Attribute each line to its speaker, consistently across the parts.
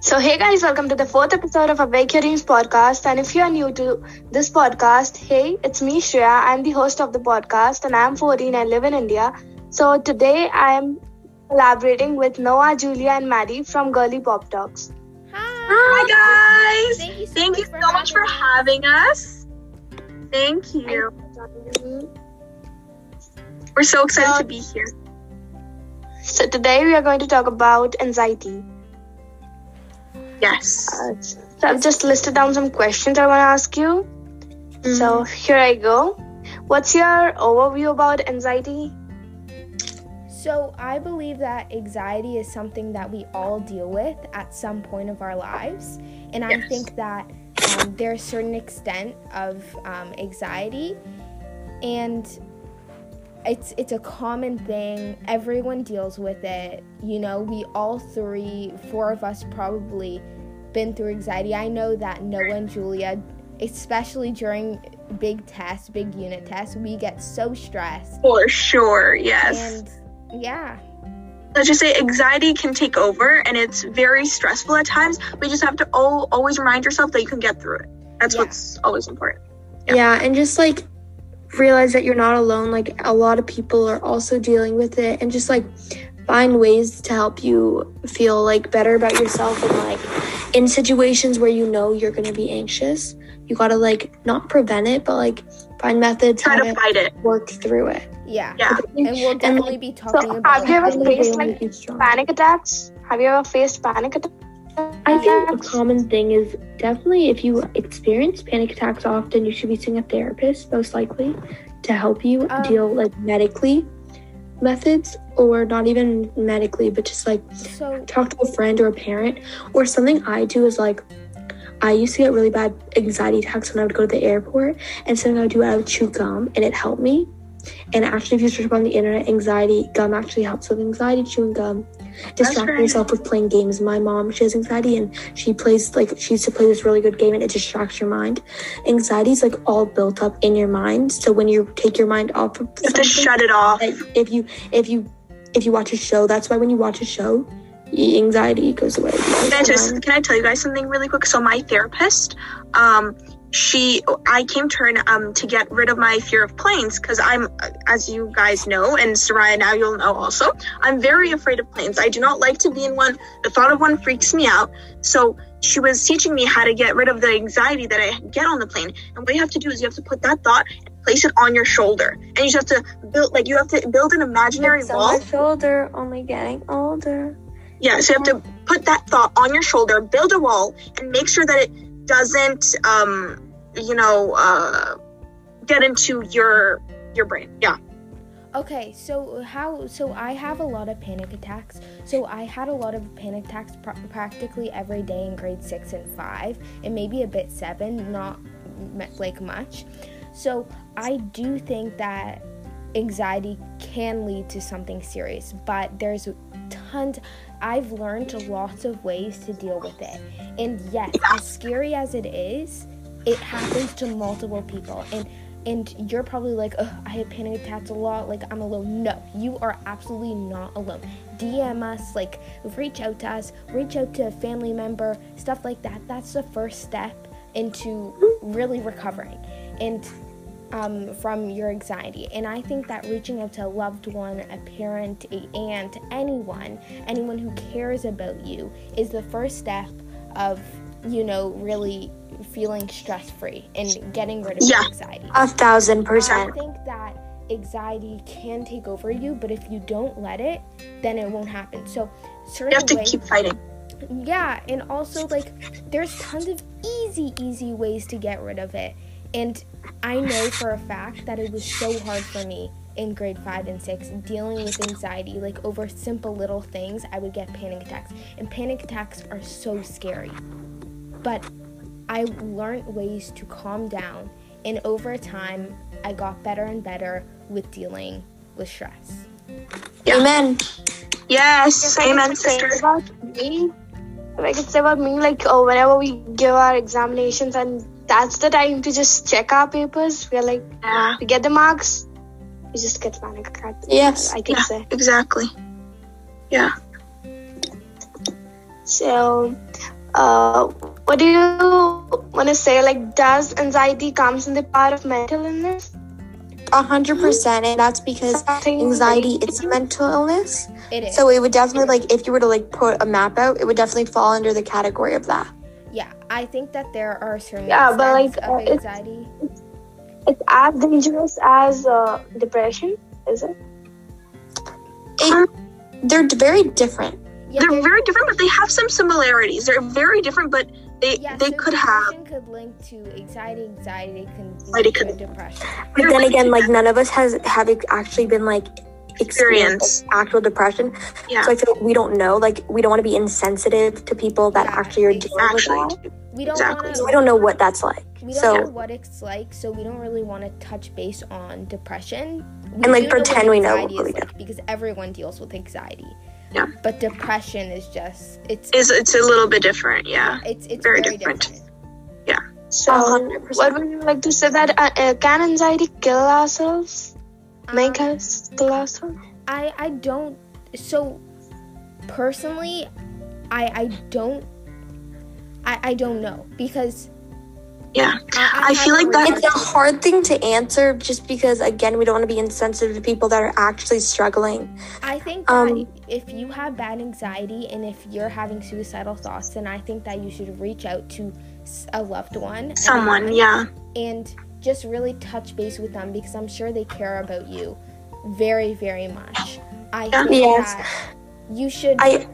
Speaker 1: So, hey guys, welcome to the fourth episode of Awake Your Dreams podcast. And if you are new to this podcast, hey, it's me, Shreya. I'm the host of the podcast, and I'm 14. I live in India. So, today I'm collaborating with Noah, Julia, and Maddie from Girly Pop Talks.
Speaker 2: Hi
Speaker 3: Hi.
Speaker 2: guys!
Speaker 3: Thank you so
Speaker 2: Thank
Speaker 3: much
Speaker 2: you
Speaker 3: for
Speaker 2: so much for having us. Thank you. We're so excited to be here.
Speaker 1: So, today we are going to talk about anxiety.
Speaker 2: Yes.
Speaker 1: Uh, So I've just listed down some questions I want to ask you. So here I go. What's your overview about anxiety?
Speaker 3: So, I believe that anxiety is something that we all deal with at some point of our lives. And I
Speaker 2: Yes.
Speaker 3: think that um, there's a certain extent of um, anxiety, and it's, it's a common thing. Everyone deals with it. You know, we all three, four of us probably been through anxiety. I know that Noah and Julia, especially during big tests, big unit tests, we get so stressed.
Speaker 2: For sure, yes.
Speaker 3: And yeah.
Speaker 2: Let's just say anxiety can take over and it's very stressful at times. We just have to al- always remind yourself that you can get through it. That's
Speaker 3: Yeah.
Speaker 2: what's always important. Yeah.
Speaker 4: Yeah, and just like realize that you're not alone. Like a lot of people are also dealing with it, and just like find ways to help you feel like better about yourself. And like in situations where you know you're gonna be anxious, you gotta like not prevent it, but like find methods
Speaker 2: Try
Speaker 4: how
Speaker 2: to
Speaker 4: to
Speaker 2: fight it.
Speaker 4: work through it.
Speaker 3: Yeah.
Speaker 2: Yeah.
Speaker 3: And we'll
Speaker 4: And,
Speaker 3: definitely
Speaker 4: like,
Speaker 3: be talking
Speaker 1: have
Speaker 3: about
Speaker 1: you ever
Speaker 3: that.
Speaker 4: Really,
Speaker 1: faced,
Speaker 4: they
Speaker 1: like,
Speaker 4: make you strong.
Speaker 1: Panic attacks? Have you ever faced panic attacks?
Speaker 4: I think a common thing is definitely if you experience panic attacks often, you should be seeing a therapist most likely to help you
Speaker 3: Um,
Speaker 4: deal like medically methods or not even medically, but just like
Speaker 3: so
Speaker 4: talk to a friend or a parent or something I do is like I used to get really bad anxiety attacks when I would go to the airport and something I would do I would chew gum and it helped me. And actually if you search up on the internet anxiety gum actually helps with anxiety chewing gum. Distracting
Speaker 2: right.
Speaker 4: yourself with playing games. My mom, she has anxiety and she plays like she used to play this really good game and it distracts your mind. Anxiety is like all built up in your mind. So when you take your mind off of
Speaker 2: You have to
Speaker 4: something,
Speaker 2: shut it off.
Speaker 4: like if you if you if you watch a show that's why when you watch a show y- anxiety goes away because
Speaker 2: Can I,
Speaker 4: your
Speaker 2: just,
Speaker 4: mind-
Speaker 2: can I tell you guys something really quick? So my therapist, um, she, I came to her um, to get rid of my fear of planes because I'm, as you guys know, and Soraya now you'll know also, I'm very afraid of planes. I do not like to be in one. The thought of one freaks me out. So she was teaching me how to get rid of the anxiety that I get on the plane. And what you have to do is you have to put that thought and place it on your shoulder, and you just have to build, like you have to build an imaginary
Speaker 4: It's
Speaker 2: wall.
Speaker 4: on my shoulder only getting older
Speaker 2: Yeah, so you have to put that thought on your shoulder, build a wall, and make sure that it doesn't, um, you know, uh, get into your your brain. Yeah,
Speaker 3: okay, so how so I have a lot of panic attacks. So I had a lot of panic attacks pr- practically every day in grade 6 and 5 and maybe a bit 7, not m- like much. So I do think that anxiety can lead to something serious, but there's tons I've learned lots of ways to deal with it. And yes, as scary as it is, it happens to multiple people. And and you're probably like, oh, I have panic attacks a lot, like I'm alone. No, you are absolutely not alone. DM us, like reach out to us, reach out to a family member, stuff like that. That's the first step into really recovering. And um, from your anxiety. And I think that reaching out to a loved one, a parent, a aunt, anyone, anyone who cares about you is the first step of, you know, really feeling stress free and getting rid of your
Speaker 2: Yeah.
Speaker 3: anxiety.
Speaker 4: a thousand
Speaker 3: I
Speaker 4: percent
Speaker 3: think that anxiety can take over you, but if you don't let it, then it won't happen. So, certain
Speaker 2: you have to
Speaker 3: ways-
Speaker 2: keep fighting.
Speaker 3: yeah, and also like there's tons of easy, easy ways to get rid of it. And I know for a fact that it was so hard for me in grade five and six dealing with anxiety, like over simple little things, I would get panic attacks. And panic attacks are so scary. But I learned ways to calm down, and over time, I got better and better with dealing with stress.
Speaker 4: amen
Speaker 2: Yes, amen, sister.
Speaker 1: If I could say About me, if I could say about me, like oh, whenever we give our examinations, and that's the time to just check our papers. We're like,
Speaker 2: Yeah,
Speaker 1: we get the marks, we just get panic attacks.
Speaker 4: Yes.
Speaker 1: I can
Speaker 2: yeah,
Speaker 1: say.
Speaker 2: exactly.
Speaker 1: So, uh, what do you want to say? Like, does anxiety comes in the part of mental illness?
Speaker 4: A hundred percent, and that's because
Speaker 1: Something
Speaker 4: anxiety is a mental illness.
Speaker 3: It is.
Speaker 4: So it would definitely like if you were to like put a map out, it would definitely fall under the category of that.
Speaker 3: yeah, I think that there are certain
Speaker 1: Yeah, but, like,
Speaker 3: extents of
Speaker 1: uh, it's-
Speaker 3: anxiety.
Speaker 1: It's as dangerous as uh, depression, is it?
Speaker 4: It, they're d- very different.
Speaker 3: Yeah,
Speaker 2: they're
Speaker 3: there's-
Speaker 2: very different, but they have some similarities. They're very different, but they
Speaker 3: yeah,
Speaker 2: they
Speaker 3: so
Speaker 2: could have.
Speaker 3: depression could link to anxiety. Anxiety can
Speaker 2: Anxiety
Speaker 3: link to
Speaker 2: could-
Speaker 3: depression.
Speaker 4: But then again, like none of us has have ex- actually been like
Speaker 2: Experience.
Speaker 4: experienced like, actual depression.
Speaker 2: Yeah.
Speaker 4: So I feel like we don't know. Like we don't want to be insensitive to people that
Speaker 3: Yeah,
Speaker 4: actually are dealing
Speaker 2: actually,
Speaker 4: with
Speaker 3: We don't
Speaker 2: Exactly.
Speaker 4: that.
Speaker 3: want
Speaker 4: So we don't know what that's like.
Speaker 3: we don't
Speaker 4: So
Speaker 3: know what it's like, so we don't really want to touch base on depression. We
Speaker 4: And, like,
Speaker 3: do
Speaker 4: pretend
Speaker 3: what
Speaker 4: we know
Speaker 3: anxiety
Speaker 4: what
Speaker 3: is
Speaker 4: we
Speaker 3: like because everyone deals with anxiety.
Speaker 2: Yeah.
Speaker 3: But depression is just it's
Speaker 2: is it's a little bit different. Yeah.
Speaker 3: it's it's very,
Speaker 2: very
Speaker 3: different.
Speaker 2: different.
Speaker 1: So,
Speaker 4: A hundred percent.
Speaker 1: what would you like to say that uh, uh, can anxiety kill ourselves? Make
Speaker 3: Um,
Speaker 1: us kill ourselves?
Speaker 3: I I don't so personally I I don't I I don't know because
Speaker 2: Yeah.
Speaker 3: I,
Speaker 2: I
Speaker 3: haven't
Speaker 2: feel like that-
Speaker 3: researched
Speaker 4: it's a hard thing to answer just because again we don't want to be insensitive to people that are actually struggling
Speaker 3: I think
Speaker 4: Um,
Speaker 3: that if you have bad anxiety and if you're having suicidal thoughts, then I think that you should reach out to s- a loved one,
Speaker 2: Someone. Yeah.
Speaker 3: and just really touch base with them because I'm sure they care about you very, very much. I think
Speaker 4: Yes.
Speaker 3: that you should
Speaker 4: i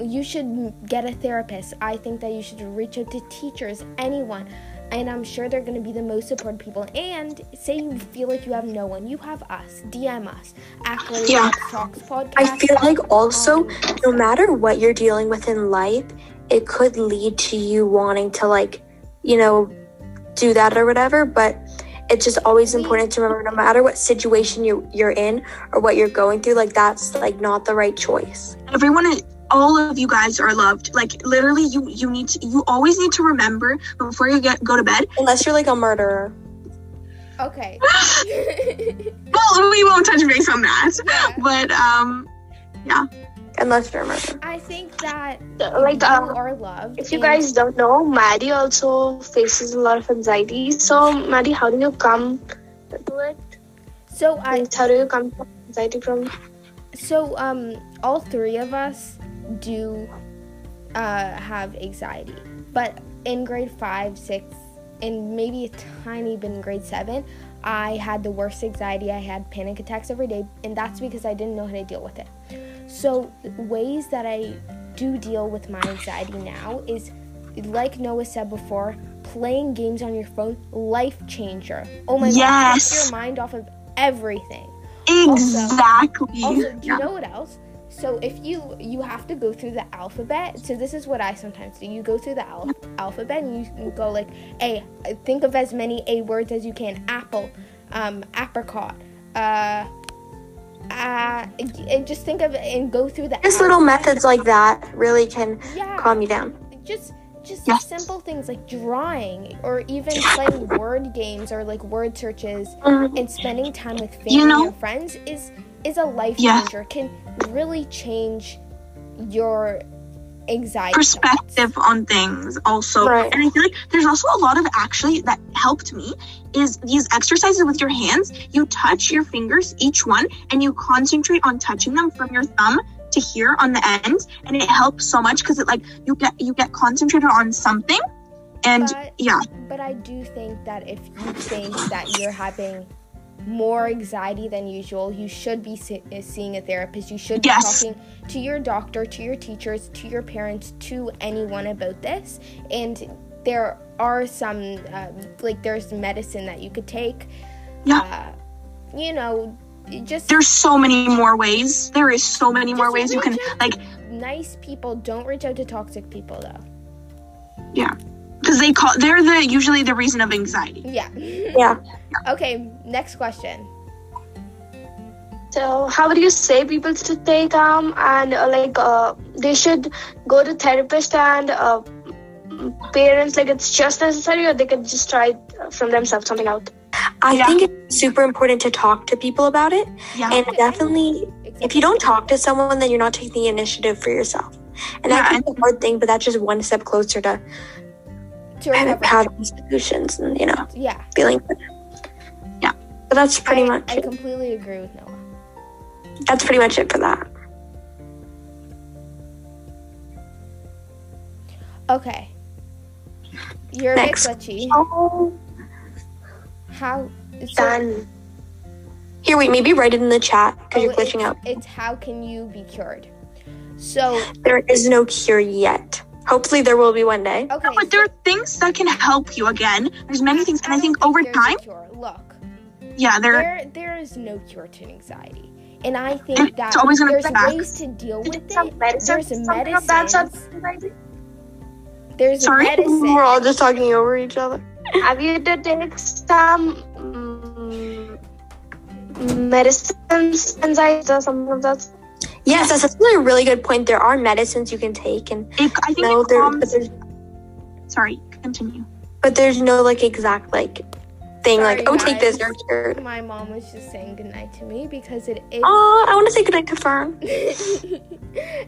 Speaker 3: you should get a therapist. I think that you should reach out to teachers, anyone. And I'm sure they're going to be the most supportive people. And say you feel like you have no one, you have us. DM us. Actually,
Speaker 2: Yeah.
Speaker 3: Talks podcast.
Speaker 4: i feel like also
Speaker 3: Um,
Speaker 4: no matter what you're dealing with in life it could lead to you wanting to like you know do that or whatever but it's just always
Speaker 3: We-
Speaker 4: important to remember no matter what situation you you're in or what you're going through like that's like not the right choice
Speaker 2: everyone is- all of you guys are loved like literally you you need to you always need to remember before you get go to bed
Speaker 4: unless you're like a murderer
Speaker 3: Okay.
Speaker 2: well we won't touch base on that
Speaker 3: Yeah.
Speaker 2: but um
Speaker 4: unless you're a murderer
Speaker 3: I think that
Speaker 1: Like,
Speaker 3: you
Speaker 1: um,
Speaker 3: are loved.
Speaker 1: if you
Speaker 3: and
Speaker 1: guys don't know, Maddie also faces a lot of anxiety. So, Maddie, how do you come to it?
Speaker 3: so I
Speaker 1: Like, how do you come to anxiety from?
Speaker 3: so um all three of us do uh have anxiety but in grade five six and maybe a tiny bit in grade seven i had the worst anxiety i had panic attacks every day and that's because i didn't know how to deal with it so ways that i do deal with my anxiety now is like noah said before playing games on your phone life changer oh my god take
Speaker 2: Yes.
Speaker 3: your mind off of everything
Speaker 2: exactly
Speaker 3: also, do you
Speaker 2: yeah.
Speaker 3: know what else? So if you you have to go through the alphabet. So this is what I sometimes do. You go through the al- alphabet and you can go like a. Think of as many a words as you can. Apple, um, apricot. Uh, uh, and just think of it and go through the.
Speaker 4: just little
Speaker 3: alphabet.
Speaker 4: methods like that really can
Speaker 3: Yeah
Speaker 4: calm you down
Speaker 3: just just
Speaker 2: Yeah.
Speaker 3: simple things like drawing or even playing word games or like word searches
Speaker 4: Mhm.
Speaker 3: and spending time with family
Speaker 2: Um, You know-
Speaker 3: and friends is is a life
Speaker 2: Yeah.
Speaker 3: changer can really change your anxiety
Speaker 2: perspective on things also
Speaker 4: Right.
Speaker 2: and i feel like there's also a lot of actually that helped me is these exercises with your hands you touch your fingers each one and you concentrate on touching them from your thumb to here on the end and it helps so much because it like you get you get concentrated on something and
Speaker 3: But-
Speaker 2: yeah
Speaker 3: But I do think that if you think that you're having more anxiety than usual, you should be se- uh, seeing a therapist. You should be
Speaker 2: Yes.
Speaker 3: talking to your doctor, to your teachers, to your parents, to anyone about this. And there are some, um, like, there's medicine that you could take.
Speaker 2: Yeah.
Speaker 3: Uh, you know, it just
Speaker 2: there's so many more ways there is so many more
Speaker 3: Just
Speaker 2: ways you can
Speaker 3: reach out
Speaker 2: like
Speaker 3: nice people don't reach out to toxic people, though.
Speaker 2: because they call they're the usually the reason of anxiety
Speaker 3: Yeah.
Speaker 4: yeah
Speaker 3: okay, next question.
Speaker 1: So, how would you say people to stay calm and uh, like uh, they should go to therapist and uh, parents? Like, it's just necessary, or they can just try uh, from themselves something out.
Speaker 4: I
Speaker 2: Yeah.
Speaker 4: think it's super important to talk to people about it.
Speaker 2: yeah
Speaker 4: And definitely, if you don't talk to someone, then you're not taking the initiative for yourself. And that can be a hard thing, but that's just one step closer to
Speaker 3: To
Speaker 4: kind of
Speaker 3: recover.
Speaker 4: having solutions and, you know,
Speaker 3: Yeah,
Speaker 4: feeling better.
Speaker 2: Yeah.
Speaker 4: But that's pretty
Speaker 3: I,
Speaker 4: much
Speaker 3: I
Speaker 4: it.
Speaker 3: completely agree with Noah.
Speaker 4: that's pretty much it for that.
Speaker 3: Okay. You're a bit
Speaker 4: Next.
Speaker 3: glitchy.
Speaker 4: Oh.
Speaker 3: How? So,
Speaker 4: Done. Here, wait, maybe write it in the chat because
Speaker 3: oh,
Speaker 4: you're glitching
Speaker 3: it's,
Speaker 4: out.
Speaker 3: It's how can you be cured? So
Speaker 4: There is no cure yet. Hopefully, there will be one day.
Speaker 3: okay.
Speaker 2: No, but there are things that can help you again. There's many things, and I
Speaker 3: don't
Speaker 2: think over
Speaker 3: there's a
Speaker 2: time,
Speaker 3: cure. Look,
Speaker 2: yeah, there
Speaker 3: there there is no cure to anxiety, and I think that
Speaker 2: always gonna be
Speaker 3: there's
Speaker 2: back.
Speaker 3: ways to deal with
Speaker 1: Some
Speaker 3: it.
Speaker 1: medicine,
Speaker 3: There's
Speaker 1: something of that sort.
Speaker 3: medicines. There's
Speaker 2: Sorry?
Speaker 4: We're
Speaker 3: medicine.
Speaker 4: all just talking over each other.
Speaker 1: Have you to take some mm, medicines, anxiety, or something of that? sort?
Speaker 4: Yes, that's actually a really good point. There are medicines you can take, and
Speaker 2: It, I think
Speaker 4: no,
Speaker 2: it
Speaker 4: there,
Speaker 2: calms.
Speaker 4: but there's,
Speaker 2: sorry, continue.
Speaker 4: but there's no like exact like thing
Speaker 3: Sorry,
Speaker 4: like oh take this.
Speaker 3: guys.
Speaker 4: you're cured.
Speaker 3: My mom was just saying goodnight to me because it is.
Speaker 4: Oh, I want to say goodnight to Fern.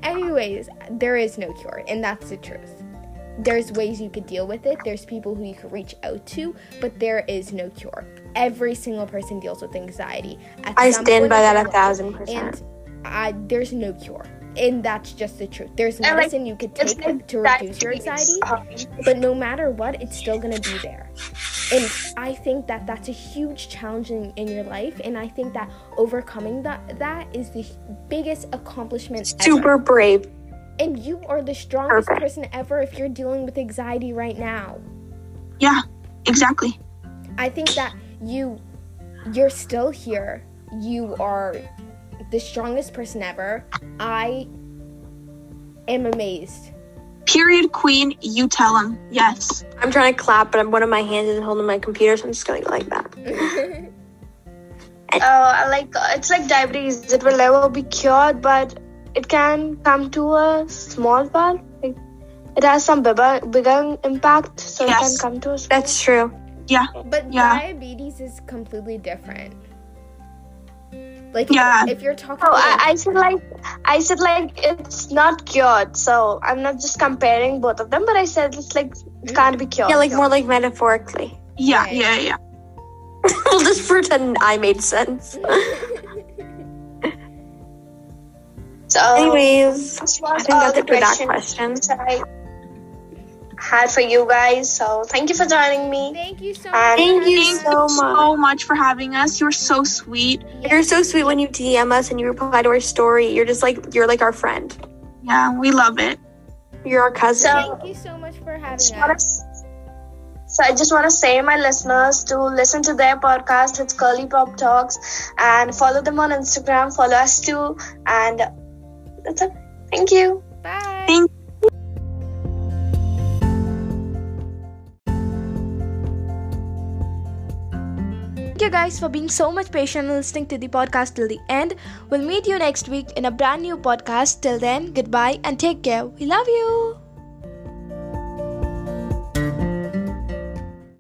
Speaker 3: Anyways, there is no cure, and that's the truth. There's ways you could deal with it, there's people who you could reach out to, but there is no cure. Every single person deals with anxiety. At
Speaker 4: I
Speaker 3: some
Speaker 4: stand
Speaker 3: point
Speaker 4: by
Speaker 3: in
Speaker 4: that
Speaker 3: their
Speaker 4: a
Speaker 3: life,
Speaker 4: thousand percent.
Speaker 3: And I, there's no cure. And that's just the truth. There's
Speaker 1: And, like,
Speaker 3: medicine you could
Speaker 1: It's
Speaker 3: take to
Speaker 1: like
Speaker 3: reduce your
Speaker 1: diabetes.
Speaker 3: anxiety,
Speaker 1: Uh,
Speaker 3: but no matter what, it's still gonna be there. And I think that that's a huge challenge in, in your life, and I think that overcoming that that is the biggest accomplishment ever.
Speaker 4: Super brave.
Speaker 3: And you are the strongest
Speaker 4: Perfect.
Speaker 3: person ever if you're dealing with anxiety right now.
Speaker 2: Yeah, exactly.
Speaker 3: I think that you you're still here. You are the strongest person ever. I am amazed.
Speaker 2: Period, queen. You tell him yes.
Speaker 4: I'm trying to clap, but I'm, one of my hands is holding my computer, so I'm just gonna go like that.
Speaker 1: like uh, it's like diabetes; it will never be cured, but it can come to a small part. Like, it has some bigger, bigger impact, so
Speaker 2: Yes.
Speaker 1: it can come to a small.
Speaker 4: That's true.
Speaker 3: But
Speaker 2: Yeah.
Speaker 3: diabetes is completely different. Like
Speaker 4: Uh,
Speaker 2: Yeah.
Speaker 3: if you're talking
Speaker 4: oh,
Speaker 1: No,
Speaker 3: about
Speaker 1: I, I said like I said like it's not cured, so I'm not just comparing both of them, but I said it's like it can't be cured.
Speaker 4: Yeah, like more like metaphorically.
Speaker 2: Yeah,
Speaker 3: Right.
Speaker 2: yeah, yeah.
Speaker 4: we'll just pretend I made sense.
Speaker 1: so
Speaker 4: Anyways,
Speaker 1: this
Speaker 4: I
Speaker 1: was
Speaker 4: think
Speaker 1: all
Speaker 4: that's
Speaker 1: the
Speaker 4: it for that
Speaker 1: Oh. questions I
Speaker 4: question.
Speaker 1: had for you guys. So thank you for joining me.
Speaker 3: thank you so much.
Speaker 1: And
Speaker 4: Thank you
Speaker 2: Thank
Speaker 4: so
Speaker 2: you so much
Speaker 4: much.
Speaker 2: for having us. You're so sweet.
Speaker 4: You're so sweet when you DM us and you reply to our story. You're just like you're like our friend.
Speaker 2: Yeah, we love it.
Speaker 4: You're our cousin.
Speaker 1: So-
Speaker 3: Thank you so much for having
Speaker 1: Just wanna
Speaker 3: us.
Speaker 1: s- so I just want to say my listeners to listen to their podcast. It's Curly Pop Talks, and follow them on Instagram. Follow us too, and that's it. Thank you.
Speaker 3: Bye.
Speaker 2: Thank
Speaker 1: Thank you guys for being so much patient and listening to the podcast till the end. We'll meet you next week in a brand new podcast. Till then, goodbye and take care. We love you.